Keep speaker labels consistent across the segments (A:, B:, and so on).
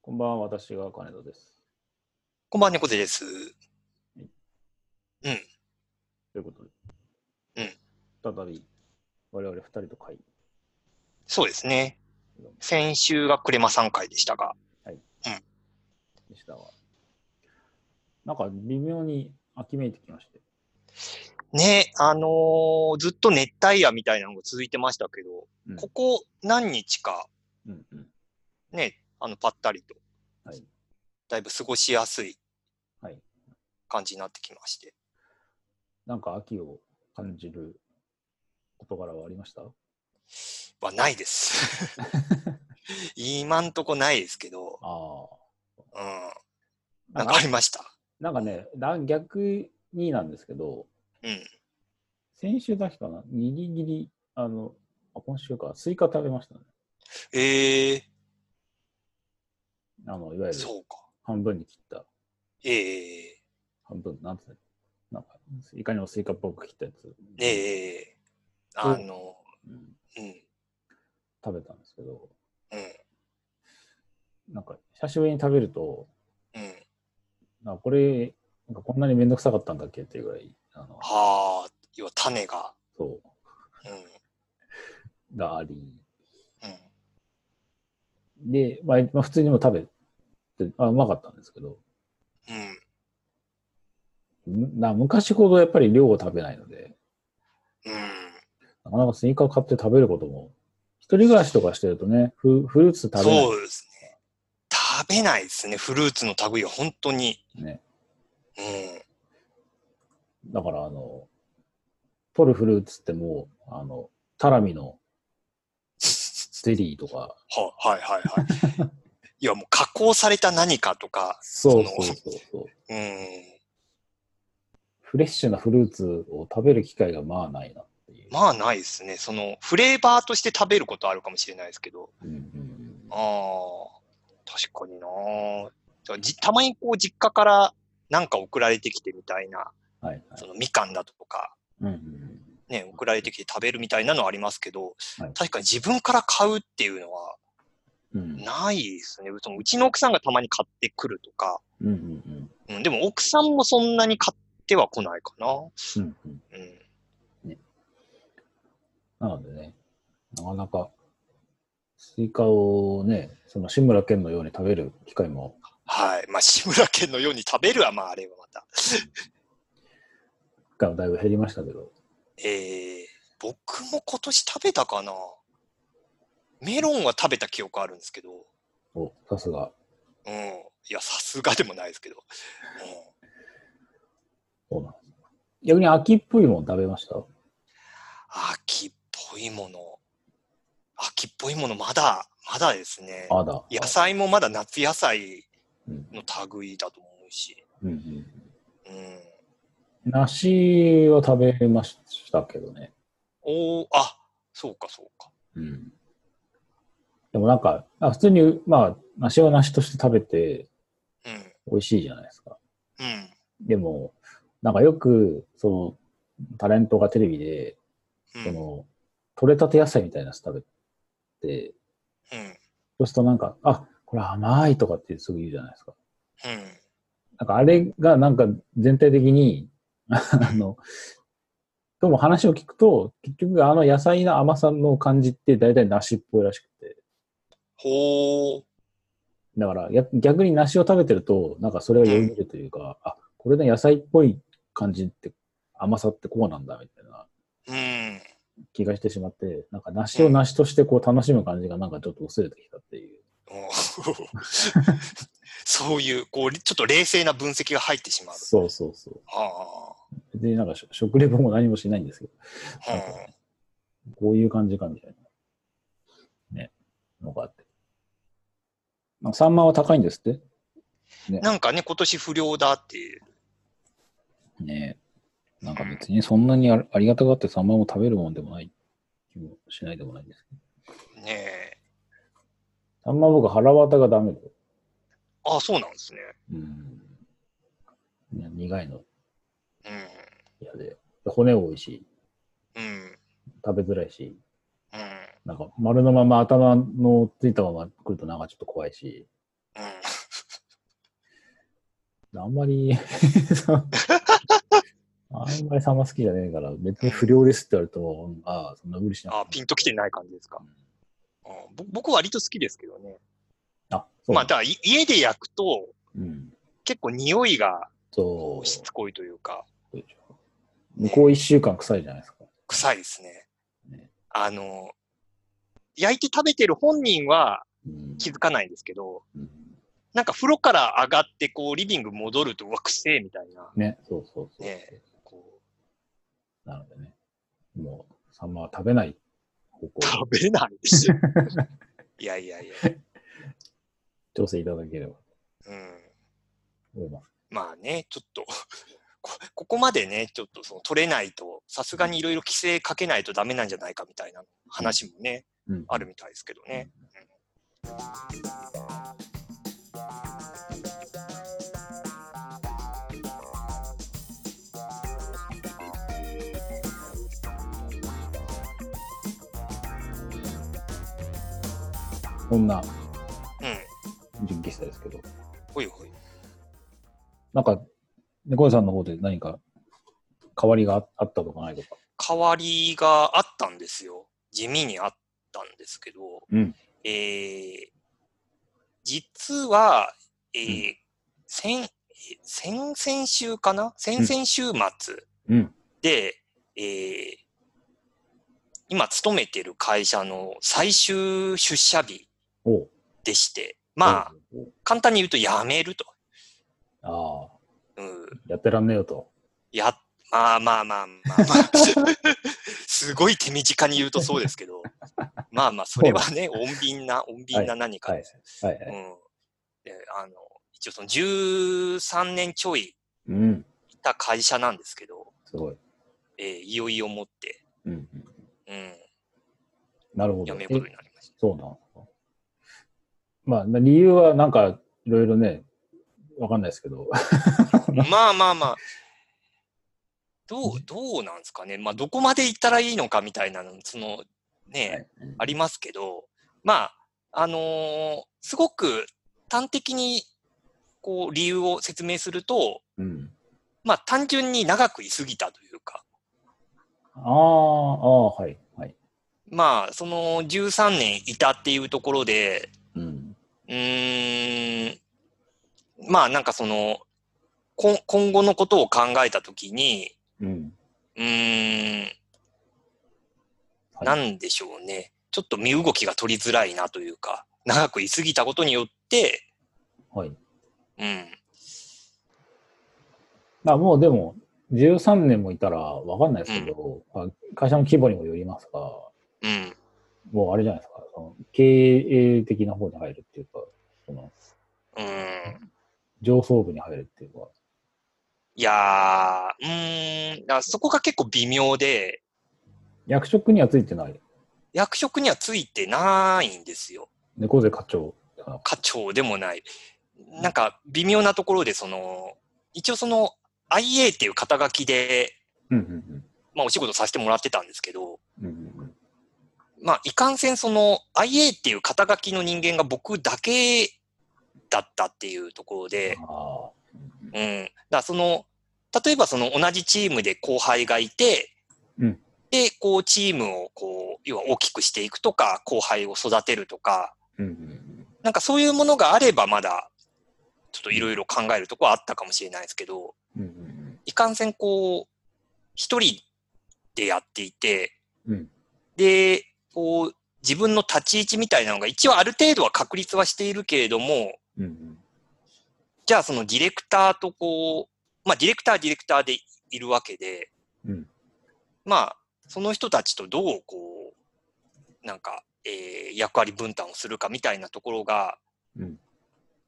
A: こんばんは、私が金田です。
B: こんばんは、猫背です。
A: ということで、
B: うん
A: 再び我々二人と会。
B: そうですね。先週がクレマさん会でしたが、
A: でしたが、なんか微妙に秋めいてきまして、
B: ね、あのーずっと熱帯夜みたいなのが続いてましたけど、
A: うん
B: ここ何日か、
A: うんうん、
B: ね、あの、ぱったりと、
A: はい
B: だいぶ過ごしやすい
A: はい
B: 感じになってきまして。
A: なんか秋を感じる事柄はありました
B: は、な いです。今んとこないですけど、
A: あ
B: うん。
A: あ、
B: なんかありました。
A: なんかね、だ逆になんですけど、
B: うん。
A: 先週だけかな、ギリギリ、あの、あ今週か、スイカ食べましたね。
B: ええ
A: あの、いわゆる
B: そうか。
A: 半分に切った、
B: ええ
A: 半分、なんて言うんだっけなんか、いかにもスイカっぽく切ったやつ。
B: ええあの、
A: うん
B: うん、
A: 食べたんですけど、
B: うん、
A: なんか久しぶりに食べると、
B: うん。
A: なんかこれ、なんかこんなにめんどくさかったんだっけっていうぐらい、あの
B: はあ、要は種が。
A: そ
B: うん。うん。
A: う、があり。で、まあ、まあ普通にも食べて、あうまかったんですけど、
B: うん。
A: んな昔ほどやっぱり量を食べないので、
B: うん。
A: なかなかスニーカー買って食べることも、一人暮らしとかしてるとね、フフルーツ食べない
B: そうですね。食べないですね。フルーツの類は本当に。
A: ね。
B: うん。
A: だから、あの、取るフルーツってもう、あの、タラミのゼリーとか、
B: は、はいはいはい。 いや、もう加工された何かとか、
A: そうそうそうそう。
B: うん。
A: フレッシュなフルーツを食べる機会がまあないなっていう。
B: まあないですね。その、フレーバーとして食べることあるかもしれないですけど。
A: うんうん
B: ああ、確かになじゃあじたまにこう、実家からなんか送られてきてみたいな、
A: うん、はいはい
B: そ。のみかんだとか、
A: うんうんうん、
B: ね、送られてきて食べるみたいなのはありますけど、
A: はい
B: 確かに自分から買うっていうのは
A: うん
B: ないですね。そのうちの奥さんがたまに買ってくるとか、
A: うんうん
B: うん、でも奥さんもそんなに買っては来ないかな。
A: うんうん。
B: うん、
A: なのでね、なかなかスイカをね、その志村けんのように食べる機会も
B: はい。まあ、志村けんのように食べるは、まあ、あれはまた。
A: がだいぶ減りましたけど、
B: えー、僕も今年食べたかな。メロンは食べた記憶あるんですけど、
A: おさすが、
B: うん。いや、さすがでもないですけど。うん
A: そうなんです。逆に秋っぽいもん食べました
B: 秋っぽいもの。秋っぽいもの、まだ、まだですね。
A: まだ。
B: 野菜もまだ夏野菜
A: うん
B: の類だと思うし。
A: うんうん、
B: うん。
A: 梨は食べましたけどね。
B: おーあ、そうか、そうか。
A: うん、でもなんか、あ普通に、まあ、梨は梨として食べて、
B: うん。
A: 美味しいじゃないですか。
B: うん。
A: でも、なんかよく、その、タレントがテレビで、
B: うん。
A: その、取れたて野菜みたいなやつ食べて、
B: うん。
A: そうするとなんか、あ、これ甘いとかってすぐ言うじゃないですか。
B: うん。
A: なんかあれがなんか全体的に、 あの、でも話を聞くと、結局あの野菜の甘さの感じって大体梨っぽいらしくて。
B: ほー。
A: だからや逆に梨を食べてると、なんかそれをよぎるというか、あ、これで野菜っぽい感じって、甘さってこうなんだみたいな。
B: うん。
A: 気がしてしまって、なんか梨を梨としてこう楽しむ感じがなんかちょっと薄れてきたっていう。
B: おー そういう、こう、ちょっと冷静な分析が入ってしまう。
A: そうそうそう。
B: あ
A: 別になんかし食レポも何もしないんですけど、
B: あ。うん。
A: こういう感じかみたいな。ね。のがあって。なんかサンマは高いんですって
B: なんかね、今年不良だっていう。
A: ねなんか別にそんなにありありがたがってサンマも食べるもんでもない気もしないでもないんですけど。
B: ねえ。
A: サンマ僕腹渡がダメで。
B: ああ、そうなんですね。
A: うん。ね苦いの
B: うん。
A: 嫌で。骨多いし、
B: うん。
A: 食べづらいし。
B: うん。
A: なんか丸のまま頭のついたまま来るとなんかちょっと怖いし、
B: うん。
A: あんま りあんまりサンマ好きじゃねえから、別に不良ですって言われると、うんああ、そんな無理しなくても
B: あ、ピンときてない感じですか。うんぼ僕割と好きですけどね。
A: あ、そう。
B: まあ、だからい家で焼くと、
A: うん。
B: 結構匂いがこ
A: そう
B: しつこいというか、
A: う。向こう一週間臭いじゃないですか。
B: 臭いですね
A: ね。
B: あの、焼いて食べてる本人は
A: うん
B: 気づかないんですけど、
A: うん
B: なんか風呂から上がって、こう、リビング戻ると、うわ、くせえみたいな。
A: ね、そうそうそう。
B: ねえこ
A: なのでね、もう、サンマは食べない方向
B: う、
A: で
B: 食べれない し。いやいやいや。
A: 調整いただければと
B: うん。
A: 思います。
B: まあね、ちょっとこ、ここまでね、ちょっとその取れないと、さすがにいろいろ規制かけないとダメなんじゃないかみたいな話もね、
A: うん。
B: あるみたいですけどね。
A: そんな
B: うん。
A: 純喫茶ですけど、
B: ほいほい。
A: なんか、猫屋さんの方で何か変わりがああったとかないとか。
B: 変わりがあったんですよ。地味にあったんですけど、
A: うん
B: えー実は、えー先、先々週かな先々週末
A: うん。
B: で、えー今勤めてる会社の最終出社日
A: おう
B: でして、まあ、、
A: おう
B: 簡単に言うと辞めると。
A: ああ、
B: うん、
A: やってらんねえよと。
B: や、まあまあまあまあ、まあ、すごい手短に言うとそうですけど、まあまあ、それはね、穏便な、穏便な何か
A: はい
B: です。。
A: はい、はい。
B: うんであの一応その13年ちょい
A: うん。
B: いた会社なんですけど、
A: すごい。
B: えーいよいよ持って、
A: うんうん。
B: うん、
A: なるほど。
B: 辞めることになりまし
A: えそうなのか。まあ、な理由はなんか、いろいろね、わかんないですけど。
B: た。まあまあまあ、どう、どうなんですかね。まあ、どこまで行ったらいいのかみたいなの、その、ね、
A: はい
B: ありますけど、まあ、あのーすごく端的に、こう、理由を説明すると、
A: うん。
B: まあ、単純に長く居すぎたというか、
A: ああ、ああ、はい、はい。
B: まあ、その13年いたっていうところで、
A: うん。
B: うーん、まあ、なんかその、こん今後のことを考えたときに、
A: うん。
B: うーん、
A: はい
B: なんでしょうね。ちょっと身動きが取りづらいなというか、長く居すぎたことによって、
A: はい。
B: うん、
A: まあ、もうでも、13年もいたらわかんないですけど、まあ、会社の規模にもよりますが、
B: うん、
A: もうあれじゃないですか、その経営的な方に入るっていうか、その
B: うん
A: 上層部に入るっていうか、
B: いやー、うーん、だからそこが結構微妙で、
A: 役職にはついてない。
B: 役職にはついてないんですよ。
A: 猫背課長とか
B: 課長でもない。なんか、微妙なところで、その、一応その、IA っていう肩書きで、
A: うんうん
B: まあお仕事させてもらってたんですけど、
A: うん。うんうん
B: まあ、いかんせんその、IA っていう肩書きの人間が僕だけだったっていうところで、
A: ああ。
B: うん。だからその、例えばその同じチームで後輩がいて、
A: うん
B: で、こうチームをこう、要は大きくしていくとか、後輩を育てるとか、
A: うんうん
B: なんかそういうものがあればまだ、ちょっといろいろ考えるとこはあったかもしれないですけど、
A: うん。うんうん
B: いかんせんこう、一人でやっていて、
A: うん
B: で、こう、自分の立ち位置みたいなのが一応ある程度は確立はしているけれども、
A: うんうん
B: じゃあそのディレクターとこう、まあディレクターはディレクターでいるわけで、
A: うん
B: まあその人たちとどうこう、なんか、えー役割分担をするかみたいなところが、
A: うん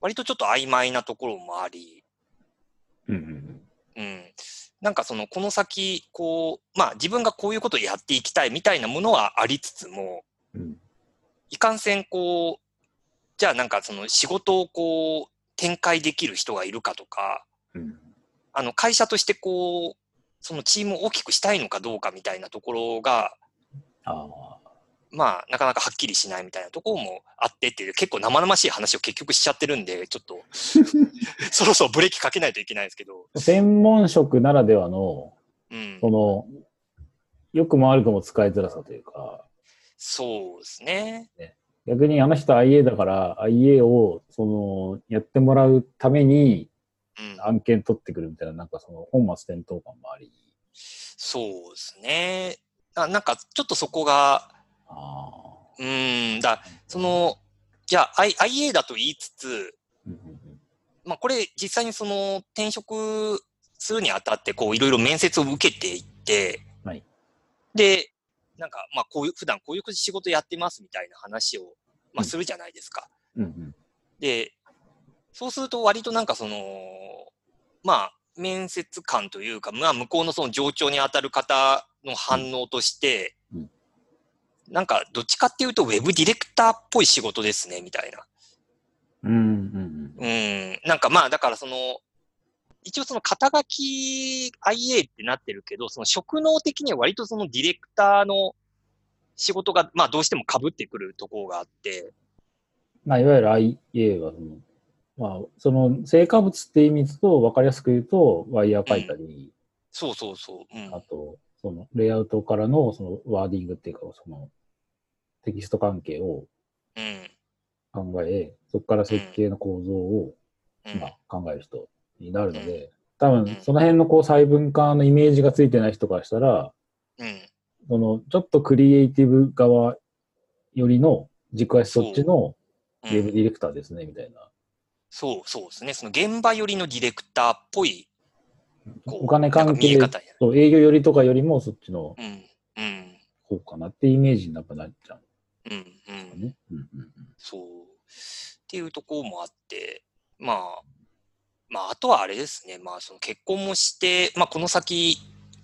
B: 割とちょっと曖昧なところもあり、
A: うんうん
B: うん、なんかそのこの先、こう、まあ自分がこういうことをやっていきたいみたいなものはありつつも、
A: うん
B: いかんせんこう、じゃあなんかその仕事をこう展開できる人がいるかとか、
A: うん
B: あの会社としてこう、そのチームを大きくしたいのかどうかみたいなところが、
A: ああ。
B: まあ、なかなかはっきりしないみたいなところもあってっていう、結構生々しい話を結局しちゃってるんで、ち ょっと、そろそろブレーキかけないといけないんですけど、
A: 専門職ならではの、
B: うん
A: そ、の、良くも悪くも使いづらさというか、
B: そうですね。
A: 逆にあの人 IA だから IA をそのやってもらうために
B: うん、
A: 案件取ってくるみたいな、なんかその本末転倒感もあり。
B: そうですね。ななんか、ちょっとそこが、
A: あ
B: うーん、だ、その、じゃあ、I、IA だと言いつつ、
A: ーうんうん
B: まあ、これ、実際にその、転職するにあたって、こう、いろいろ面接を受けていって、
A: はい
B: で、なんか、まあ、こういう、普段こういう仕事やってますみたいな話を、まあ、するじゃないですか。
A: うんうん
B: で、そうすると、割となんかその、まあ、面接官というか、まあ、向こうのその上長に当たる方の反応として、
A: うん
B: なんか、どっちかっていうと、ウェブディレクターっぽい仕事ですね、みたいな。
A: うんうん
B: うん、なんかまあ、だからその、一応その肩書き IA ってなってるけど、その職能的には割とそのディレクターの仕事が、まあどうしても被ってくるところがあって、
A: まあ、いわゆる IA はその、まあ、その成果物って意味と分かりやすく言うと、ワイヤー書いたり、
B: そうそうそう、うん
A: あと、そのレイアウトからのそのワーディングっていうか、そのテキスト関係を
B: うん、
A: 考え、そこから設計の構造を
B: うん
A: まあ、考える人になるので、多
B: うん
A: 分その辺のこう細分化のイメージがついてない人からしたら、
B: うん、
A: そのちょっとクリエイティブ側よりの軸足そっちのウ
B: う
A: ェブ
B: ん
A: ディレクターですね、みたいな。
B: そうそうですね、その現場寄りのディレクターっぽい、こう
A: お金
B: なん
A: 関
B: か見え
A: 係
B: 方や。
A: と営業よりとかよりもそっちの
B: うん、うん、
A: 方かなっていうイメージにやっぱなっちゃ
B: うん、うん
A: う。ね。うんうん
B: そう。っていうところもあって、まあ、まあ、あとはあれですね、まあ、その結婚もして、まあ、この先、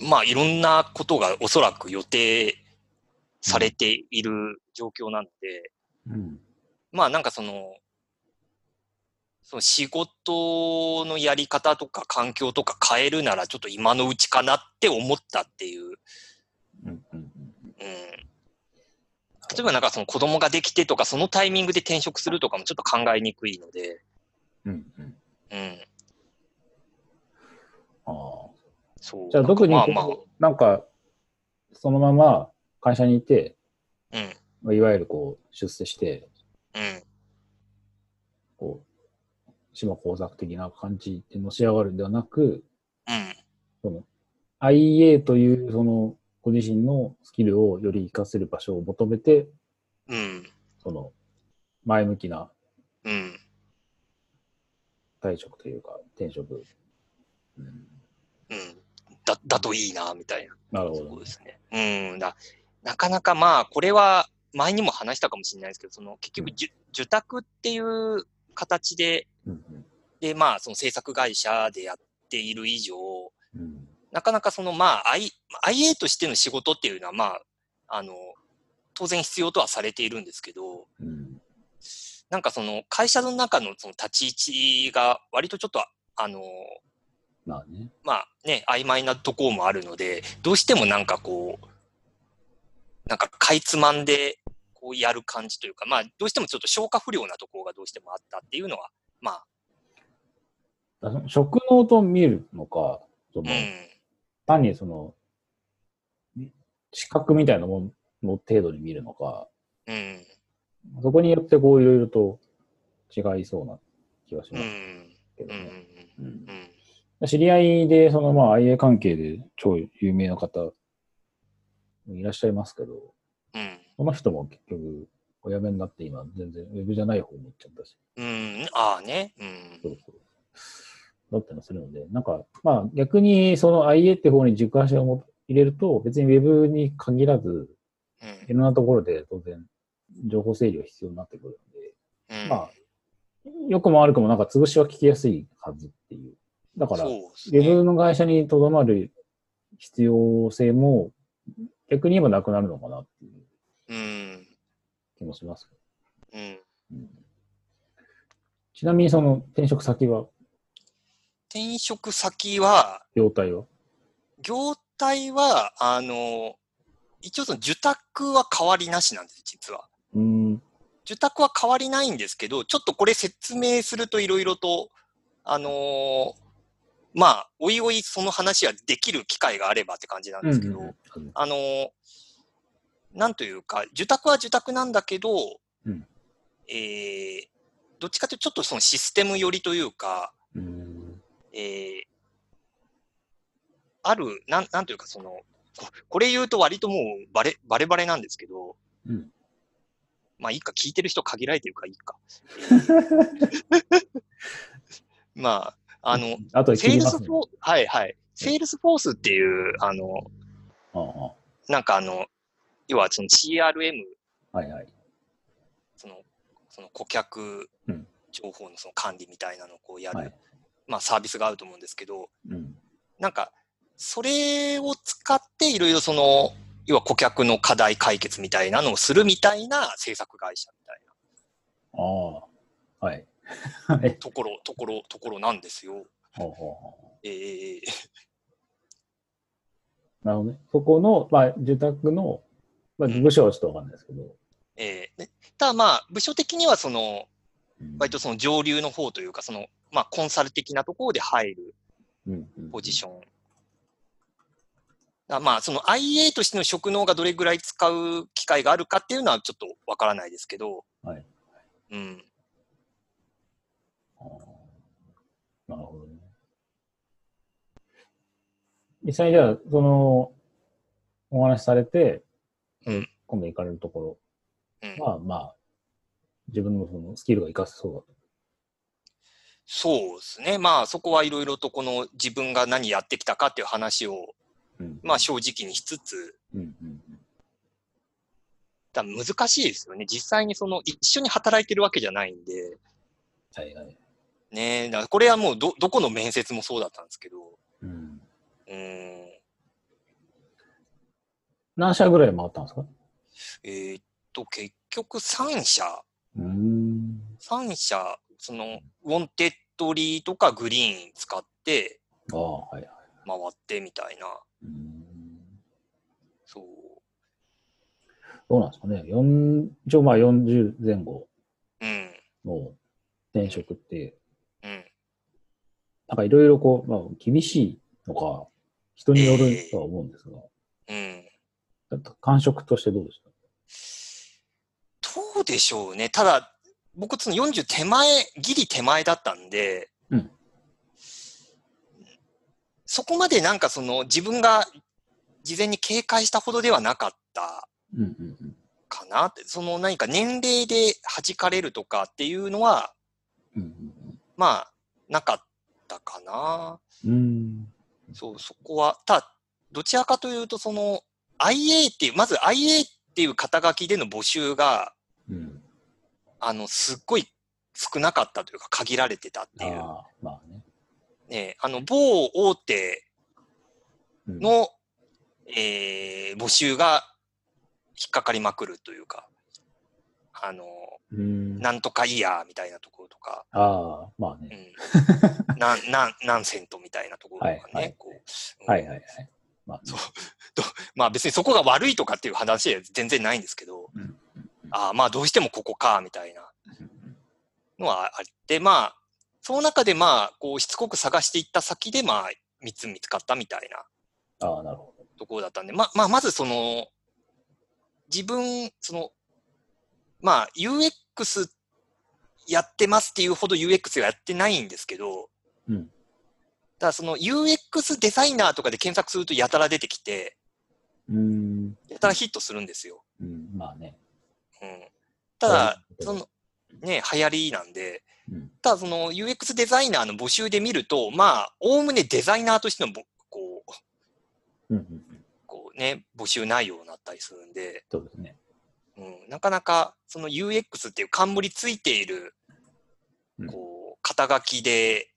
B: まあ、いろんなことがおそらく予定されている状況なので、
A: うんうん
B: まあ、なんかその、その仕事のやり方とか環境とか変えるならちょっと今のうちかなって思ったっていう
A: うんうん
B: うん例えばなんかその子供ができてとか、そのタイミングで転職するとかもちょっと考えにくいので、
A: うんうん
B: うん、
A: あー
B: そう。
A: じゃあ、特に
B: なんかまあま
A: こうなんか、そのまま会社にいて、
B: あ、うん、
A: まあいわゆるこう出世して、
B: うん、
A: こう、島工作的な感じでのし上がるんではなく、
B: うん、
A: その IA というそのご自身のスキルをより活かせる場所を求めて、
B: うん、
A: その前向きな
B: うん。
A: 退職というか転職。うん
B: うん、だだといいな、みたいな。
A: なるほ
B: そ
A: ど
B: うで。すね。うん、だなかなかまあ、これは前にも話したかもしれないですけど、その結局、受受託っていう形で、
A: うん
B: で、まあ、その制作会社でやっている以上、
A: うんうん
B: なかなかそのまあ、I、IA としての仕事っていうのはまあ、あの、当然必要とはされているんですけど、
A: うん
B: なんかその会社の中のその立ち位置が割とちょっと、あの、
A: まあね。
B: まあね、曖昧なところもあるので、どうしてもなんかこう、なんかかいつまんでこうやる感じというか、まあどうしてもちょっと消化不良なところがどうしてもあったっていうのは、まあ、
A: だからその職能と見るのか、そ
B: うん
A: の、単にその、資格みたいなものの程度に見るのか、
B: うん、
A: そこによってこういろいろと違いそうな気がし
B: う
A: ます
B: ん、
A: けど
B: うん、う
A: ね。
B: ん、
A: うん
B: うん、
A: 知り合いで、そのまあ IA 関係で超有名な方いらっしゃいますけど、
B: うん。
A: その人も結局お辞めになって今全然ウェブじゃない方に行っちゃったし、
B: うん、ああね、うん
A: そ、うそう。だったりもするので、なんかまあ逆にその IA って方に軸足をも入れると別にウェブに限らずいろんなところで当然情報整理が必要になってくるので、
B: うん、
A: まあ、良くも悪くもなんか潰しは聞きやすいはずっていう。だから、
B: そう
A: ウ
B: です
A: ェ
B: ね。
A: ブの会社にとどまる必要性も逆に今なくなるのかなっていう
B: うん、
A: 気もしますけ
B: うん。
A: ど、うんちなみにその転職先は、
B: 転職先は、
A: 業態は
B: 業態は、あの、一応その受託は変わりなしなんです、実は。
A: うん。
B: 受託は変わりないんですけど、ちょっとこれ説明するといろいろと、あのーまあ、おいおいその話はできる機会があればって感じなんですけど、
A: うん
B: あのーなんというか、受託は受託なんだけど、
A: うん
B: えーどっちかというとちょっとそのシステム寄りというか、
A: うん。
B: えーある、なん、なんというかその、ここれ言うと割ともうバレ、バレバレなんですけど、
A: うん
B: まあいいか、聞いてる人限られてるからいい か。まあ、あの、
A: あとで
B: セー
A: 切り
B: ル
A: ま
B: ス
A: す
B: フ
A: ね。
B: ォー、はいはい。セールスフォースっていう、あの、
A: ああ
B: なんかあの、要はその CRM、
A: はいはい。
B: その、その顧客
A: うん
B: 情報のその管理みたいなのをこうやる、
A: はい
B: まあサービスがあると思うんですけど、
A: うん。
B: なんか、それを使っていろいろその、要は顧客の課題解決みたいなのをするみたいな制作会社みたい
A: ああ。 はい。はい
B: な。ところ、ところ、ところなんですよ。
A: ほうほうほ
B: えー、
A: うなるほどね。そこの、まあ、受託の、まあ、
B: うん
A: 部署はちょっとわかんないですけど。
B: えー、ねただまあ、部署的にはその、
A: うん
B: 割とその上流の方というか、その、まあ、コンサル的なところで入るポジション。あまあ、その IA としての職能がどれぐらい使う機会があるかっていうのはちょっとわからないですけど、
A: はい
B: うん。
A: あーなるほどね。実際じゃあ、その、お話しされて、
B: うん
A: 今度行かれるとこ
B: うん
A: ろは、まあ、自分のそのスキルが活かせそうだと。
B: そうですね。まあ、そこはいろいろとこの自分が何やってきたかっていう話を、
A: うん
B: まあ、正直にしつつ、
A: うんうん
B: だから難しいですよね。実際にその一緒に働いてるわけじゃないんで、
A: はいはい。
B: ねだからこれはもうど、どこの面接もそうだったんですけど、
A: うん。
B: うーん、
A: 何社ぐらい回ったんですか
B: えーっと、結局3社、
A: うーん。
B: 3社、その、ウォンテッドリーとかグリーン使って
A: ああ、はいはい。
B: 回ってみたいな、
A: うーん
B: そう。
A: どうなんですかね。四一応まあ40前後
B: うん、
A: の転職って、
B: うん。
A: なんかいろいろこう、まあ厳しいのか、人によるとは思うんですが、
B: うん。
A: だった感触としてどうでし
B: どうでしょうね。ただ、僕、その40手前、ギリ手前だったんで、
A: うん
B: そこまでなんかその自分が事前に警戒したほどではなかった
A: たうんうんうん。
B: かなって、その何か年齢で弾かれるとかっていうのは、
A: うん
B: まあ、なかったかな。
A: うんうん。
B: そう、そこは、ただ、どちらかというと、その IA っていう、まず IA っていう肩書きでの募集が、
A: うん。うん。
B: あの、すっごい少なかったというか、限られてたっていう。
A: ああ、まあね。
B: ね、あの、某大手
A: うん、
B: の、えー募集が引っかかりまくるというか、あの、
A: うん、
B: なんとかイヤーみたいなところとか、
A: ああ、まあ
B: う
A: ね。
B: ん、 なん、なん、何セントみたいなところとかね、
A: はいはい
B: こう、うん
A: はいはいはい。まあ、
B: そうまあ別にそこが悪いとかっていう話は全然ないんですけど、
A: うん
B: ああまあどうしてもここかみたいなのはあって、まあその中でまあこうしつこく探していった先でまあ3つ見つかったみたいな
A: ああ、なるほど。
B: ところだったんで、まあまあまずその自分、そのまあ UX やってますっていうほど UX はやってないんですけど、
A: うん
B: ただその UX デザイナーとかで検索するとやたら出てきて、
A: うん。
B: やたらヒットするんですよ。
A: うん、まあね。
B: うんただ、その、ね、流行りなんで、
A: うん
B: ただその UX デザイナーの募集で見ると、まあ、おおむねデザイナーとしてのぼ、こう、
A: うんうん。
B: こうね、募集内容になったりするんで、
A: そうですね。
B: うん、なかなか、その UX っていう冠ついている
A: うん、
B: こう、肩書きで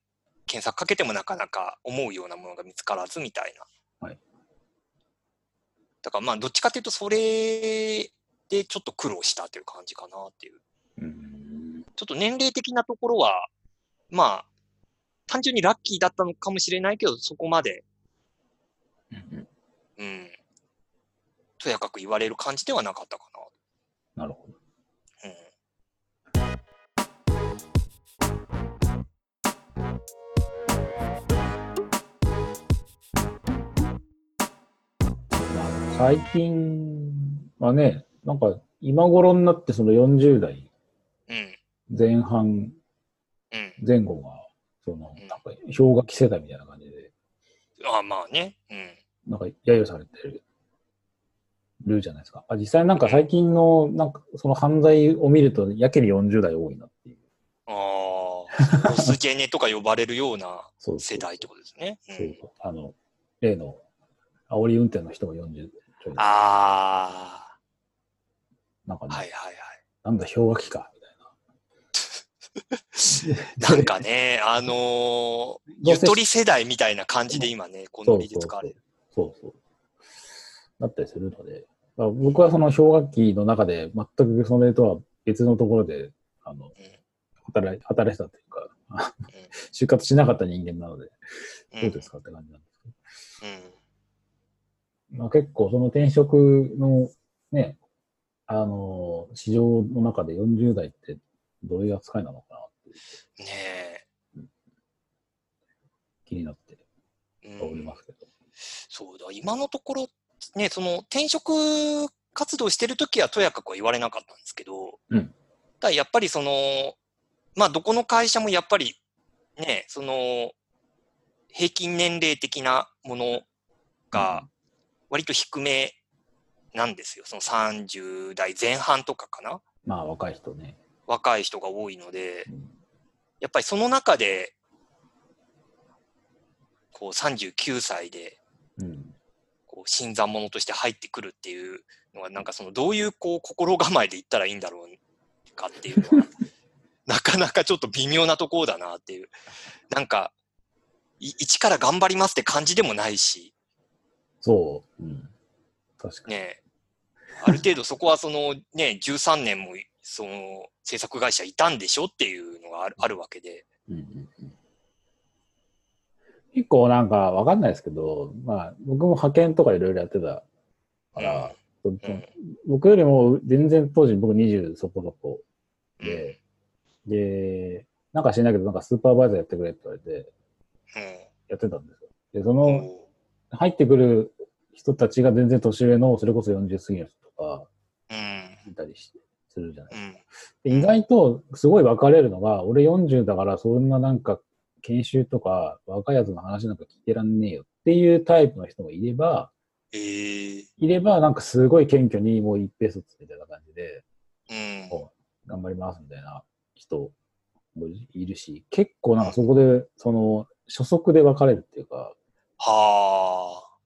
B: 検索かけてもなかなか思うようなものが見つからずみたいな。
A: はい
B: だからまあ、どっちかというと、それでちょっと苦労したという感じかなっていう。
A: うん。
B: ちょっと年齢的なところは、まあ、単純にラッキーだったのかもしれないけど、そこまで、
A: うん
B: うん、とやかく言われる感じではなかったか
A: なるほど。
B: な。うん。
A: 最近はね、なんか今頃になってその40代
B: うん。
A: 前半、
B: うん。
A: 前後が、その、
B: うん
A: なんか氷河期世代みたいな感じで、
B: あまあね。うん。
A: なんか揶揄されてるじゃないですか。あ実際なんか最近の、なんかその犯罪を見ると、やけに40代多いなっていう。
B: あ あ、ロスジェネとか呼ばれるような
A: そう
B: 世代ってことですね。う、
A: そうんそう。あの、例の、煽り運転の人が40ちょい。
B: あ
A: なんか
B: あ、
A: ね、
B: はい はいは
A: なんだ氷河期か、みたいな。
B: い。 なんかね、あのーゆとり世代みたいな感じで今ね、この
A: そう
B: 理で使われる。
A: そうそう。なったりするので、まあ、僕はその氷河期の中で、全くそれとは別のところで、あの、働い働いてたというか、あの
B: うん
A: 就活しなかった人間なので、
B: うん
A: どうですかって感じなんですけ
B: うん
A: ど、まあ、結構その転職のね、あの、市場の中で40代ってどういう扱いなのかなって
B: ねえ。
A: 気になって
B: うん
A: おりますけど。
B: そうだ、今のところ、ね、その転職活動してるときはとやかくは言われなかったんですけど、
A: うん
B: ただやっぱりその、まあ、どこの会社もやっぱり、ね、その、平均年齢的なものが、割と低めなんですよ。その30代前半とかかな。
A: まあ若い人ね。
B: 若い人が多いので
A: うん、
B: やっぱりその中で、こう39歳で
A: うん。
B: こう新参者として入ってくるっていうのはなんかそのどういうこう心構えでいったらいいんだろうかっていうの はなかなかちょっと微妙なところだなっていうなんかい一から頑張りますって感じでもないし
A: そう。うん。確かに。
B: ねある程度そこはそのね13年もその制作会社いたんでしょっていうのがあるあるわけで
A: うんうんうん結構なんかわかんないですけど、まあ僕も派遣とかいろいろやってたから、
B: うんうん
A: 僕よりも全然当時僕20そこそこ
B: うん
A: で、で、なんか知んないけど、なんかスーパーバイザーやってくれって言われて、やってたんですよ。で、そ
B: うん
A: の、入ってくる人たちが全然年上の、それこそ40過ぎの人とか、
B: うん
A: いたりしするじゃない
B: うん
A: で意外とすごい分かれるのが、俺40だからそんななんか研修とか若いやつの話なんか聞いてらんねえよっていうタイプの人もいれば、
B: えー
A: いればなんかすごい謙虚にもう一平卒みたいな感じで
B: うん
A: 頑張りますみたいな人もいるし、結構なんかそこでその初速で分かれるっていうか、
B: はあ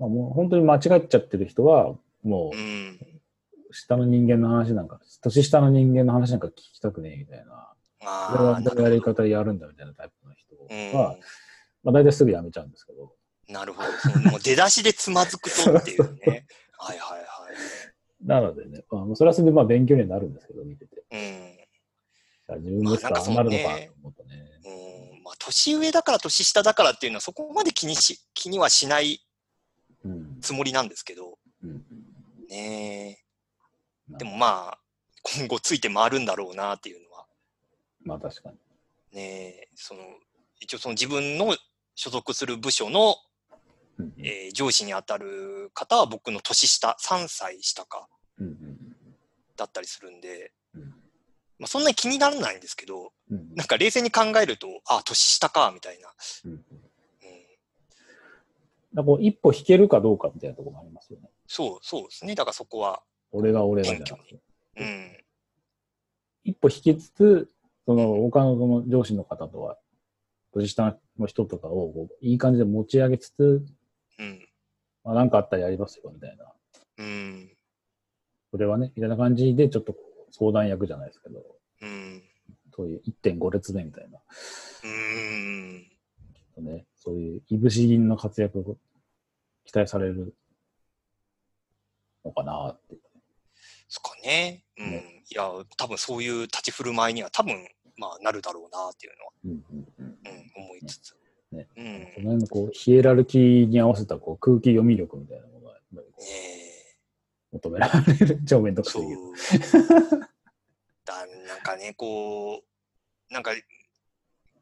A: まあ、もう本当に間違っちゃってる人はも
B: うん
A: う下の人間の話なんか、年下の人間の話なんか聞きたくねえみたいな。
B: あ
A: これは
B: ー
A: どういうやり方でやるんだみたいなタイプの人は、
B: う
A: まあ、大体すぐやめちゃうんですけど、
B: ん、なるほど。そのもう出だしでつまずくとっていうね。はいはい
A: なのでね、まあ、もうそれはそれでまあ勉強にはなるんですけど、見てて。
B: は
A: あ
B: い。
A: 自分でしかああなるのかと思ったね。
B: うん。うん、まあ、年上だから年下だからっていうのはそこまで気にし、気にはしない
A: うん
B: つもりなんですけど、
A: うんまあ
B: ねえ。でもまあ、今後ついて回るんだろうなっていうのは、
A: まあ確かに。
B: ねえ、その、一応その自分の所属する部署の、
A: うん
B: えー上司にあたる方は僕の年下、3歳下か、
A: うんうん
B: だったりするんで、
A: うん
B: まあ、そんなに気にならないんですけど、
A: うんうん
B: なんか冷静に考えると、あ、年下か、みたいな。
A: うん
B: うん、
A: だからこう一歩引けるかどうかみたいなところもありますよね。
B: そう、そうですね。だからそこは。
A: 俺が俺がじゃなくて。
B: うん。
A: 一歩引きつつ、その他のその上司の方とは、年下の人とかをこういい感じで持ち上げつつ、
B: うん。
A: まあ、なんかあったらやりますよみたいな。
B: うん。
A: それはね、みたいな感じで、ちょっとこう相談役じゃないですけど、
B: うん。
A: そういう1.5列目みたいな、
B: うん。
A: ね、そういういぶし銀の活躍を期待されるのかなって。
B: そっかね。うん。
A: ね
B: いや、多分そういう立ち振る舞いには多分、まあ、なるだろうな、っていうのは、
A: うんうんうん
B: うん、思いつつ。
A: ね
B: うん。
A: その
B: ね
A: 辺のこうヒエラルキーに合わせたこう空気読み力みたいなものがやっぱりこう
B: え。
A: 求められる。超面倒くさ
B: そう
A: いけど。。
B: だなんかね、こう、なんか、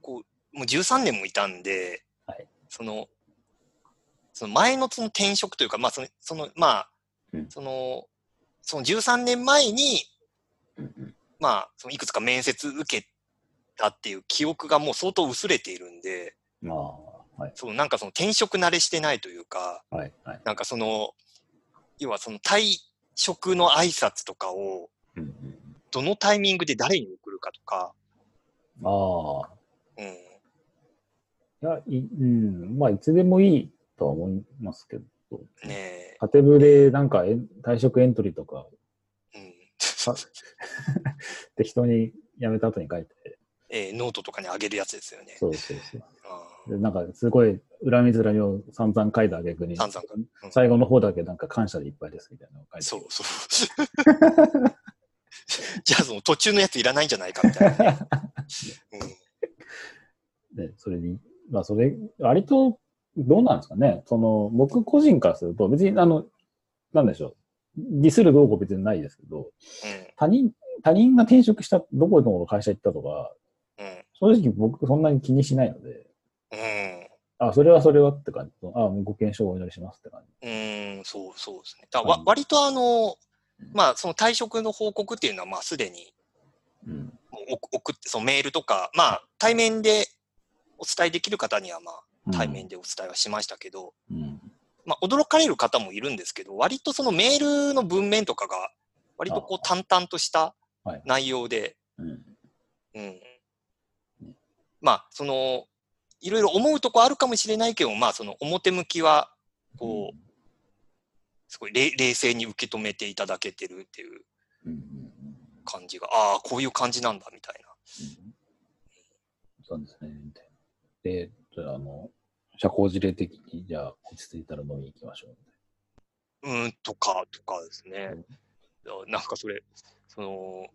B: こう、もう13年もいたんで、
A: はい
B: その、その前のその転職というか、まあ、その、そのまあ、
A: うん
B: その、その13年前に、
A: うんうん
B: まあ、そのいくつか面接受けたっていう記憶がもう相当薄れているんで、
A: ああ、はい、
B: そうなんかその転職慣れしてないというか、
A: はい、はい。
B: なんかその、要はその退職の挨拶とかを、
A: うんうん、
B: どのタイミングで誰に送るかとか、
A: ああ、
B: うん、
A: いや、いうん、まあ、いつでもいいとは思いますけど、
B: ね
A: 縦部でなんかえん退職エントリーとか、
B: え、うん、
A: 適当に辞めた後に書いて、
B: えーノートとかにあげるやつですよね。
A: そうそうそう。
B: う
A: でなんか、すごい、恨みづらみを散々書いた逆に、
B: 散々書いん
A: 最後の方だけなんか感謝でいっぱいですみたいなのを書いて。
B: そう そう。じゃあその途中のやついらないんじゃないかみたいな、ねうん
A: で、それに、まあ、それ、割と、どうなんですかね。その、僕個人からすると、別に、あの、なんでしょう。ディスるどうこう別にないですけど、他人、他人が転職した、どこの会社行ったとか、
B: うん
A: 正直僕そんなに気にしないので、
B: うんうん
A: あ、それはそれはって感じと、あ、もうご検証をお祈りしますって感じ。
B: うーん、そうそうですね。だからわ割とあの、まあ、その退職の報告っていうのは、まあ、すでに
A: うん。
B: もう送送って、そのメールとか、まあ、対面でお伝えできる方には、まあ、対面でお伝えはしましたけど、
A: うん。
B: まあ、驚かれる方もいるんですけど、割とそのメールの文面とかが、割とこう、淡々とした
A: はい
B: 内容で、
A: うん。
B: うん。まあ、その、いろいろ思うとこあるかもしれないけど、まあ、その表向きは、こう、すごいれ冷静に受け止めていただけてるっていう
A: うん。うん。
B: 感じが、ああ、こういう感じなんだみたい
A: そうですね。みたいな。で、じゃあ、あの、社交辞令的に、じゃあ、落ち着いたら飲みに行きましょう。
B: な。うーん、とか、とかですね
A: うん。
B: あなんかそれ、その、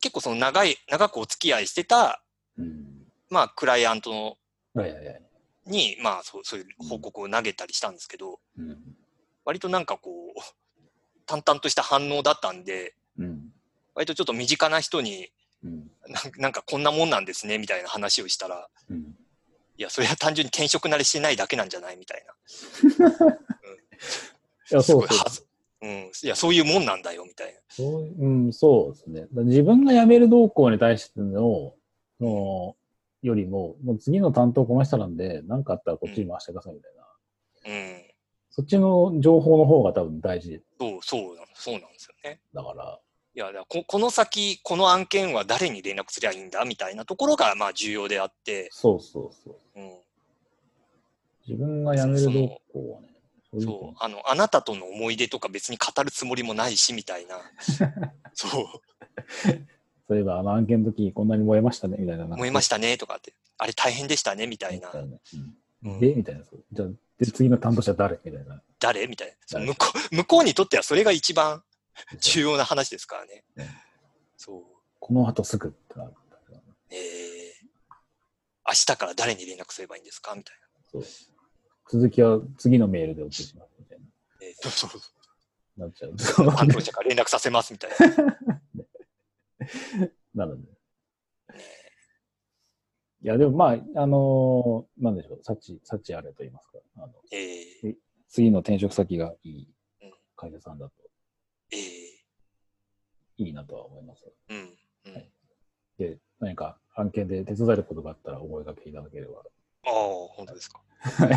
B: 結構その長い、長くお付き合いしてた、
A: うん。
B: まあ、クライアントの
A: はいはいはい。
B: に、まあそう、そういう報告を投げたりしたんですけど、
A: うん。
B: 割となんかこう、 淡々とした反応だったんで、
A: うん。
B: 割とちょっと身近な人に、
A: うん。
B: なんなんかこんなもんなんですね、みたいな話をしたら、
A: うん。
B: いや、それは単純に転職慣れしてないだけなんじゃないみたいな。
A: いや、
B: す
A: そ
B: ご
A: う
B: い
A: そう
B: は。ず。うん。いや、そういうもんなんだよ、みたいな。
A: そううん、そうですね。だから自分が辞める動向に対しての、その、よりも、もう次の担当この人なんで、何かあったらこっちに回してくださいみたいな。
B: うん。
A: そっちの情報の方が多分大事
B: そう、そうなんそうなんですよね。
A: だから。
B: いや、だからここの先、この案件は誰に連絡すりゃいいんだみたいなところが、まあ、重要であって、
A: そうそうそう。
B: うん。
A: 自分が辞める動向はね。
B: そう。あの、あなたとの思い出とか別に語るつもりもないし、みた いな。そう。
A: そういえば、あの案件の時こんなに燃えましたね、みたいな。
B: 思いましたたね、とかって。あれ大変でしたね、みたいな。うん
A: で、みたいな。そうじゃあ、で次の担当者誰みたい な。
B: 誰みたいなそ
A: 誰
B: う。向こう、向こうにとってはそれが一番重要な話ですからね
A: ね。
B: そう。
A: この後すぐってなるんだけど
B: えー、明日から誰に連絡すればいいんですかみたい
A: そう。続きは次のメールで送ってしまうみたい
B: な。えーそうそうそ
A: な。なっちゃう。
B: う。担当者から連絡させますみたい な。
A: なので。いや、でもまあ、あのーなんでしょう、幸、幸あれと言いますか、あの
B: えー、
A: 次の転職先がいい会社さんだと
B: え
A: いいなとは思います。
B: ー、うん。うん
A: はいで、何か案件で手伝えることがあったらお声掛けいただければ。
B: ああ、本当ですか。
A: はい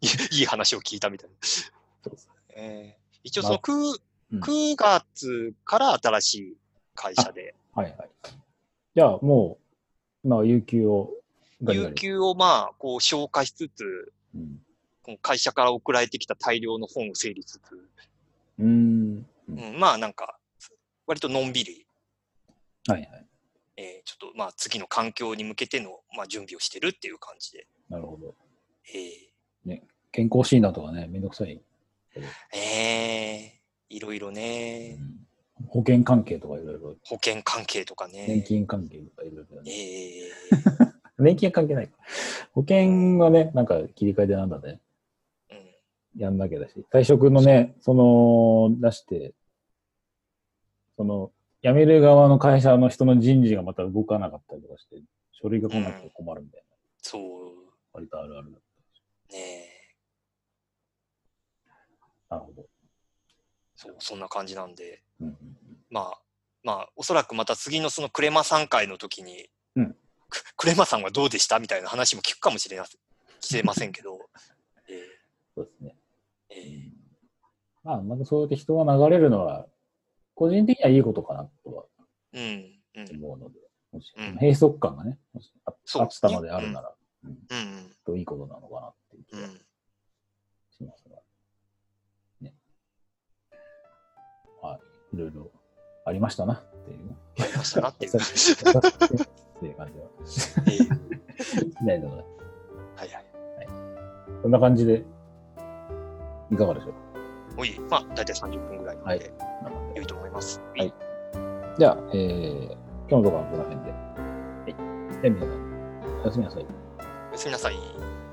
B: い いいい話を聞いたみたいな。
A: そうです
B: えー、一応そのく
A: うん
B: 9月から新しい会社で、
A: はいはい。じゃあもう、まあ、有給をガリガ
B: 有
A: リ、
B: 給をまあ、こう消化しつつ、
A: うん。
B: こう会社から送られてきた大量の本を整理しつつ、
A: うーん。
B: うん、まあなんか、割とのんびり、
A: はいはい。
B: えー、ちょっとまあ次の環境に向けての、まあ、準備をしてるっていう感じで。
A: なるほど。
B: えー
A: 健康診断とかね、めんどくさい。
B: ええいろいろ
A: う
B: ね、
A: ん保険関係とかいろいろ、
B: 保険関係とかね。
A: 年金関係とかいろいろ、ね。
B: ええ
A: 年金は関係ないか。保険はね、なんか切り替えでなんだね。
B: うん
A: やんなきゃだし、退職のね、その、出して、その、辞める側の会社の人の人事がまた動かなかったりとかして、書類が来なくて困るみたいな、
B: そう
A: 割とあるあるだっ
B: ねえ
A: た。なるほど。
B: そう、そんな感じなんで、
A: うん。
B: まあ、まあ、おそらくまた次のそのクレマさん会の時に、
A: うん
B: ククレマさんはどうでしたみたいな話も聞くかもしれなしれませ んけど、え
A: そうですね。
B: ーえー
A: まあ、まずそうやって人が流れるのは、個人的にはいいことかなとは
B: うん、うん、
A: 思うので、もし
B: うん
A: 閉塞感がね、もしあ
B: そう
A: あ
B: で
A: っ
B: す
A: た
B: ね
A: のであるなら、
B: うん、
A: といいことなのかなっていう気
B: う
A: が
B: ん。
A: しますが。ね。はい。いろいろありましたなっていう ね。
B: ありましたなっていう。
A: っていう感じは
B: えー
A: しないので、
B: はいはい。
A: こんな感じで、いかがでしょう
B: もういい。まあ、大体30分ぐらいなので、
A: か。
B: 良いと思います。
A: はいじゃあ、えー、今日の動画はこの辺で。はい。じゃあ皆さん、おやすみなさい。
B: おやすみなさい。